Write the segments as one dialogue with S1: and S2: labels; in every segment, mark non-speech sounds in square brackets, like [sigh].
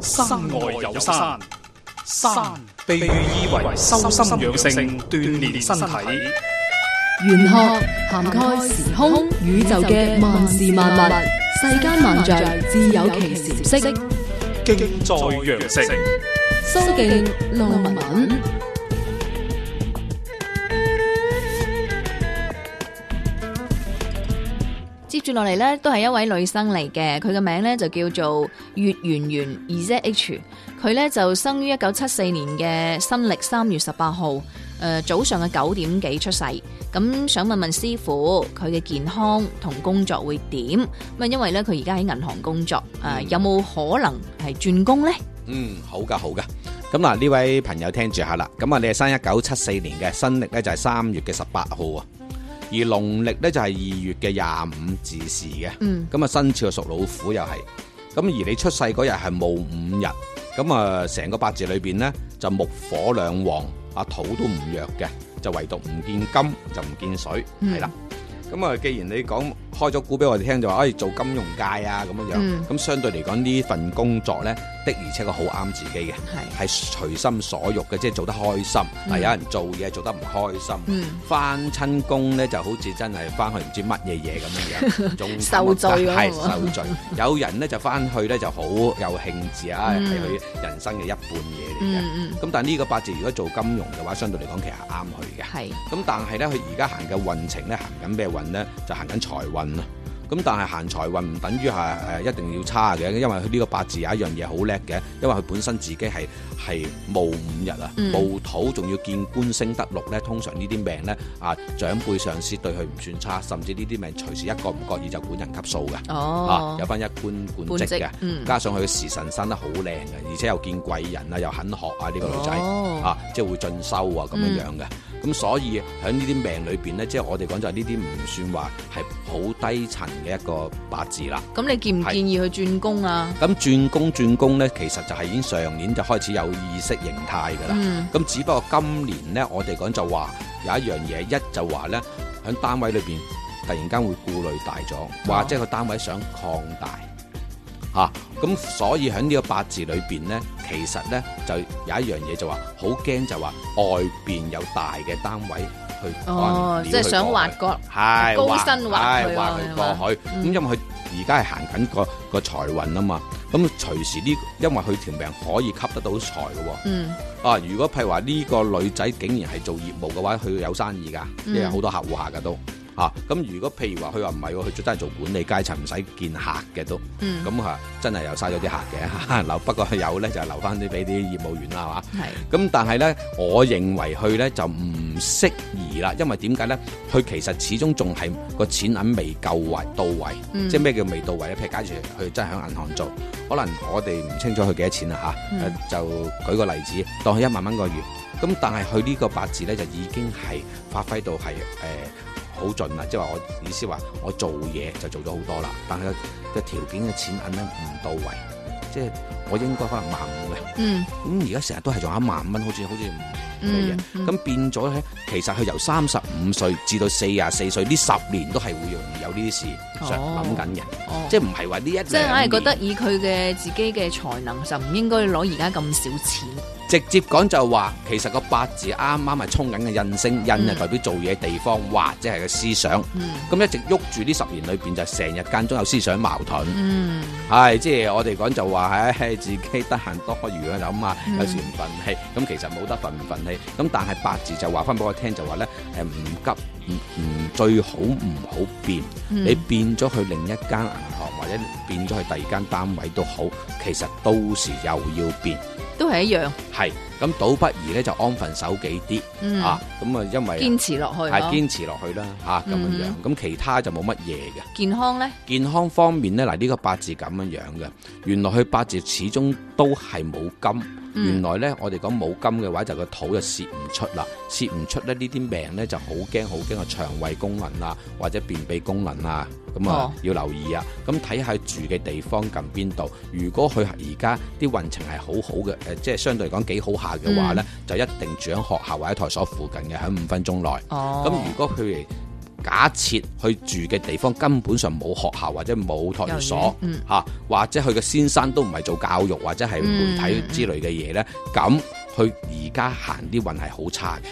S1: 山外有山，山被喻意為修心養性、鍛煉身體。
S2: 玄學涵蓋時空宇宙嘅萬事萬物，世間萬象自有其時色。
S1: 敬在羊城，
S2: 蘇敬路文。
S3: 接住落嚟呢，都係一位女生嚟嘅，佢嘅名呢就叫做月圓圓 ZH，佢呢就生於一九七四年嘅新曆三月十八號，誒、呃、早上嘅九點幾出世。咁想問問師傅，佢嘅健康同工作會點？咁啊，因為呢，佢而家喺銀行工作，誒、呃、有冇可能係轉工呢？
S4: 嗯，好噶，好噶。咁嗱，呢位朋友聽住下啦。咁啊，你係生一九七四年嘅，新曆呢就係三月嘅十八號啊，而農曆呢就係二月嘅廿五子時嘅。
S3: 嗯，
S4: 咁啊，生肖屬老虎又係。咁啊而你出世嗰日係戊午日，咁啊，成個八字裏邊呢，就木火兩旺，啊土都唔弱嘅，就唯獨唔見金就唔見水，
S3: 嗯
S4: 係啦。咁啊，既然你講開咗股俾我哋聽，就話可以做金融界啊咁樣樣，
S3: 嗯
S4: 咁、相對嚟講呢份工作呢，的而且確好啱自己嘅。
S3: 係，
S4: 係隨心所欲嘅，即係做得開心。
S3: 嗯
S4: 嗱、有人做嘢做得唔開心，
S3: 嗯，
S4: 翻親工咧就好似真係翻去唔知乜嘢嘢咁
S3: [laughs]
S4: 樣樣，仲
S3: 受罪咁
S4: 係
S3: 係嘛
S4: 受罪。有人咧就翻去咧就好有興致啊，係
S3: 嗯
S4: 佢人生嘅一半嘢嚟嘅。
S3: 嗯嗯，
S4: 咁、但係呢個八字如果做金融嘅話，相對嚟講其實係啱佢嘅。
S3: 嗯係，
S4: 咁但係咧，佢而家行嘅運程咧，行緊咩運咧？就行緊財運啦。咁但係行財運唔等於係誒一定要差嘅，因為佢呢個八字有一樣嘢好叻嘅，因為佢本身自己係係戊午日啊，
S3: 嗯
S4: 戊土仲要見官星得六咧，通常呢啲命咧啊長輩上司對佢唔算差，甚至呢啲命隨時一個唔覺意就管人級數嘅。啊，
S3: 哦
S4: 有，翻一官
S3: 半
S4: 官職
S3: 職
S4: 嘅，
S3: 嗯
S4: 加上佢時辰生得好靚嘅，而且又見貴人啊，又肯學啊呢個女仔，
S3: 哦嗯
S4: 啊，即係會進修啊咁樣樣嘅。咁、所以喺呢啲命裏邊咧，即係我哋講就係呢啲唔算話係好低層嘅一個八字啦。
S3: 咁你建唔
S4: 係
S3: 建議佢轉工啊？
S4: 咁轉工轉工咧，其實就係已經上年就開始有意識形態㗎啦。
S3: 嗯，
S4: 咁只不過今年呢，我哋講就話有一樣嘢，一就話呢，喺單位裏邊突然間會顧慮大咗，
S3: 哦
S4: 或者個單位想擴大嚇，咁、所以喺呢個八字裏邊呢，其實呢就有一樣嘢就話好驚就話外邊有大嘅單位去干
S3: 哦
S4: 擾，
S3: 即係
S4: 佢
S3: 想
S4: 過
S3: 挖
S4: 去
S3: 角，
S4: 係
S3: 高
S4: 劃
S3: 薪劃
S4: 係
S3: 佢喎係
S4: 劃佢
S3: 嘛
S4: 過去，咁
S3: 嗯
S4: 因為佢而家係行緊個個財運啊嘛，咁隨時呢，因為佢條命可以吸得到財嘅喎。
S3: 嗯，
S4: 啊！如果譬如話呢個女仔竟然係做業務嘅話，佢有生意㗎，
S3: 嗯
S4: 因為好多客戶下㗎都啊。咁如果譬如話佢話唔係喎，佢真係做管理階層，唔使見客嘅都，
S3: 嗯，
S4: 咁啊真係又嘥咗啲客嘅 [laughs] 留。不過佢有咧就留翻啲俾啲業務員啦，係嘛。
S3: 係。
S4: 咁但係咧，我認為佢咧就唔適宜啦，因為點解咧？佢其實始終仲係個錢銀未夠位到位，
S3: 嗯
S4: 即係咩叫未到位咧？啊譬如假如佢真係喺銀行做，可能我哋唔清楚佢幾多錢啦嚇，
S3: 嗯
S4: 呃就舉個例子，當佢一萬蚊個月，咁但係佢呢個八字咧就已經係發揮到係誒。呃好盡啦，即係話我意思話，我做嘢就做咗好多啦，但係個條件嘅錢銀咧唔到位，即係我應該可能萬五嘅，
S3: 嗯
S4: 咁而家成日都係仲有一萬蚊，好似好似唔嘅嘢
S3: 嗯，。嗯
S4: 咁、變咗咧，其實佢由三十五歲至到四十四歲呢十年都係會容易有呢啲事想
S3: 哦
S4: 諗緊嘅，
S3: 哦
S4: 即係啊唔係話呢一
S3: 即係硬係覺得
S4: 兩年
S3: 以佢嘅自己嘅才能就唔應該攞而家咁少錢。
S4: 直接講就話，其實個八字啱啱係衝緊嘅印星，印係
S3: 嗯
S4: 代表做嘢地方或者係個思想，
S3: 嗯
S4: 咁一直喐住呢十年裏邊就成日間中有思想矛盾。
S3: 嗯
S4: 係，即係我哋講就話，唉，自己得閒多餘去諗啊，
S3: 嗯
S4: 有時唔憤氣，咁其實冇得憤唔憤氣，咁但係八字就話翻俾我聽就話咧，誒唔急，唔唔最好唔好變，
S3: 嗯
S4: 你變咗去另一間銀行或者變咗去第二間單位都好，其實到時又要變，
S3: 都係一樣。
S4: 係，咁倒不如咧就安分守己啲、
S3: 嗯，
S4: 啊，咁啊因為
S3: 堅持落去哦
S4: 係
S3: 咯。
S4: 堅持落去啦，嚇、咁樣樣，咁、其他就冇乜嘢嘅。
S3: 健康咧，
S4: 健康方面呢，嗱、呢個八字咁樣樣嘅，原來佢八字始終都係冇金。
S3: 嗯
S4: 原來呢，我哋講冇金嘅話，就個肚就泄唔出啦，泄唔出咧呢啲病呢，就好驚好驚個腸胃功能啊，或者便秘功能啊，咁啊、
S3: 哦
S4: 要留意啊。咁睇下佢住嘅地方近邊度，如果佢而家啲運程係好好嘅，誒、即係相對嚟講幾好下嘅
S3: 嗯
S4: 話呢，就一定住喺學校或者托所附近嘅，喺五分鐘內。
S3: 哦，
S4: 咁如果譬如假設佢住嘅地方根本上冇學校或者冇托兒所
S3: 幼兒園
S4: 嚇、或者佢嘅先生都唔係做教育或者係媒
S3: 嗯
S4: 體之類嘅嘢呢，咁佢而家行啲運係好差嘅。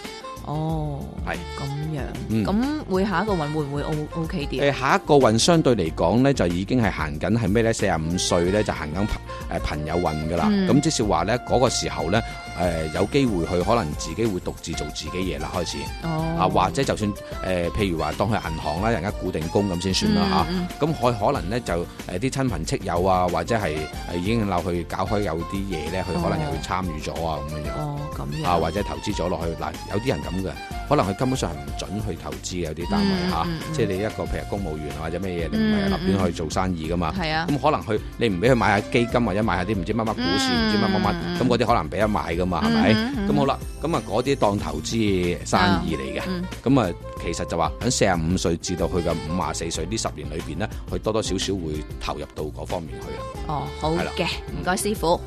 S3: 哦，
S4: 係
S3: 咁樣，
S4: 嗯
S3: 咁、會下一個運會唔會 O O K 啲？啊
S4: 誒、下一個運相對嚟講呢，就已經係行緊係咩呢？四十五歲呢，就行緊朋誒朋友運㗎啦。
S3: 嗯
S4: 咁、即是話呢，嗰、個時候呢，誒、有機會佢可能自己會獨自做自己嘢啦，開始。
S3: 哦，
S4: 啊，或者就算誒、呃譬如話當佢銀行啦，人家固定工咁先算啦
S3: 嗯
S4: 嚇。咁佢、可能咧就誒呃啲親朋戚友啊，或者係誒已經鬧佢搞開有啲嘢咧，佢可能又
S3: 哦
S4: 去參與咗啊咁樣樣。
S3: 哦，咁樣
S4: 啊，或者投資咗落去嗱，有啲人咁嘅，可能佢根本上係唔準去投資嘅有啲單位
S3: 嗯
S4: 嚇，
S3: 嗯嗯
S4: 即係你一個譬如公務員啊或者咩嘢，你唔
S3: 嗯
S4: 係立亂去做生意噶嘛。
S3: 係啊，
S4: 咁可能佢你唔俾佢買下基金或者買下啲唔知乜乜股市唔知乜乜乜
S3: 嗯，
S4: 咁嗰啲可能俾得買噶嘛，係咪？
S3: 嗯嗯嗯
S4: 咁好啦，咁啊嗰啲當投資生意嚟嘅
S3: 嗯，
S4: 咁啊其實就話喺四十五歲至到佢嘅五十四歲呢十年裏邊咧，佢多多少少會投入到嗰方面去啦。啊
S3: 哦，好
S4: 係啦
S3: 嘅，唔該師傅。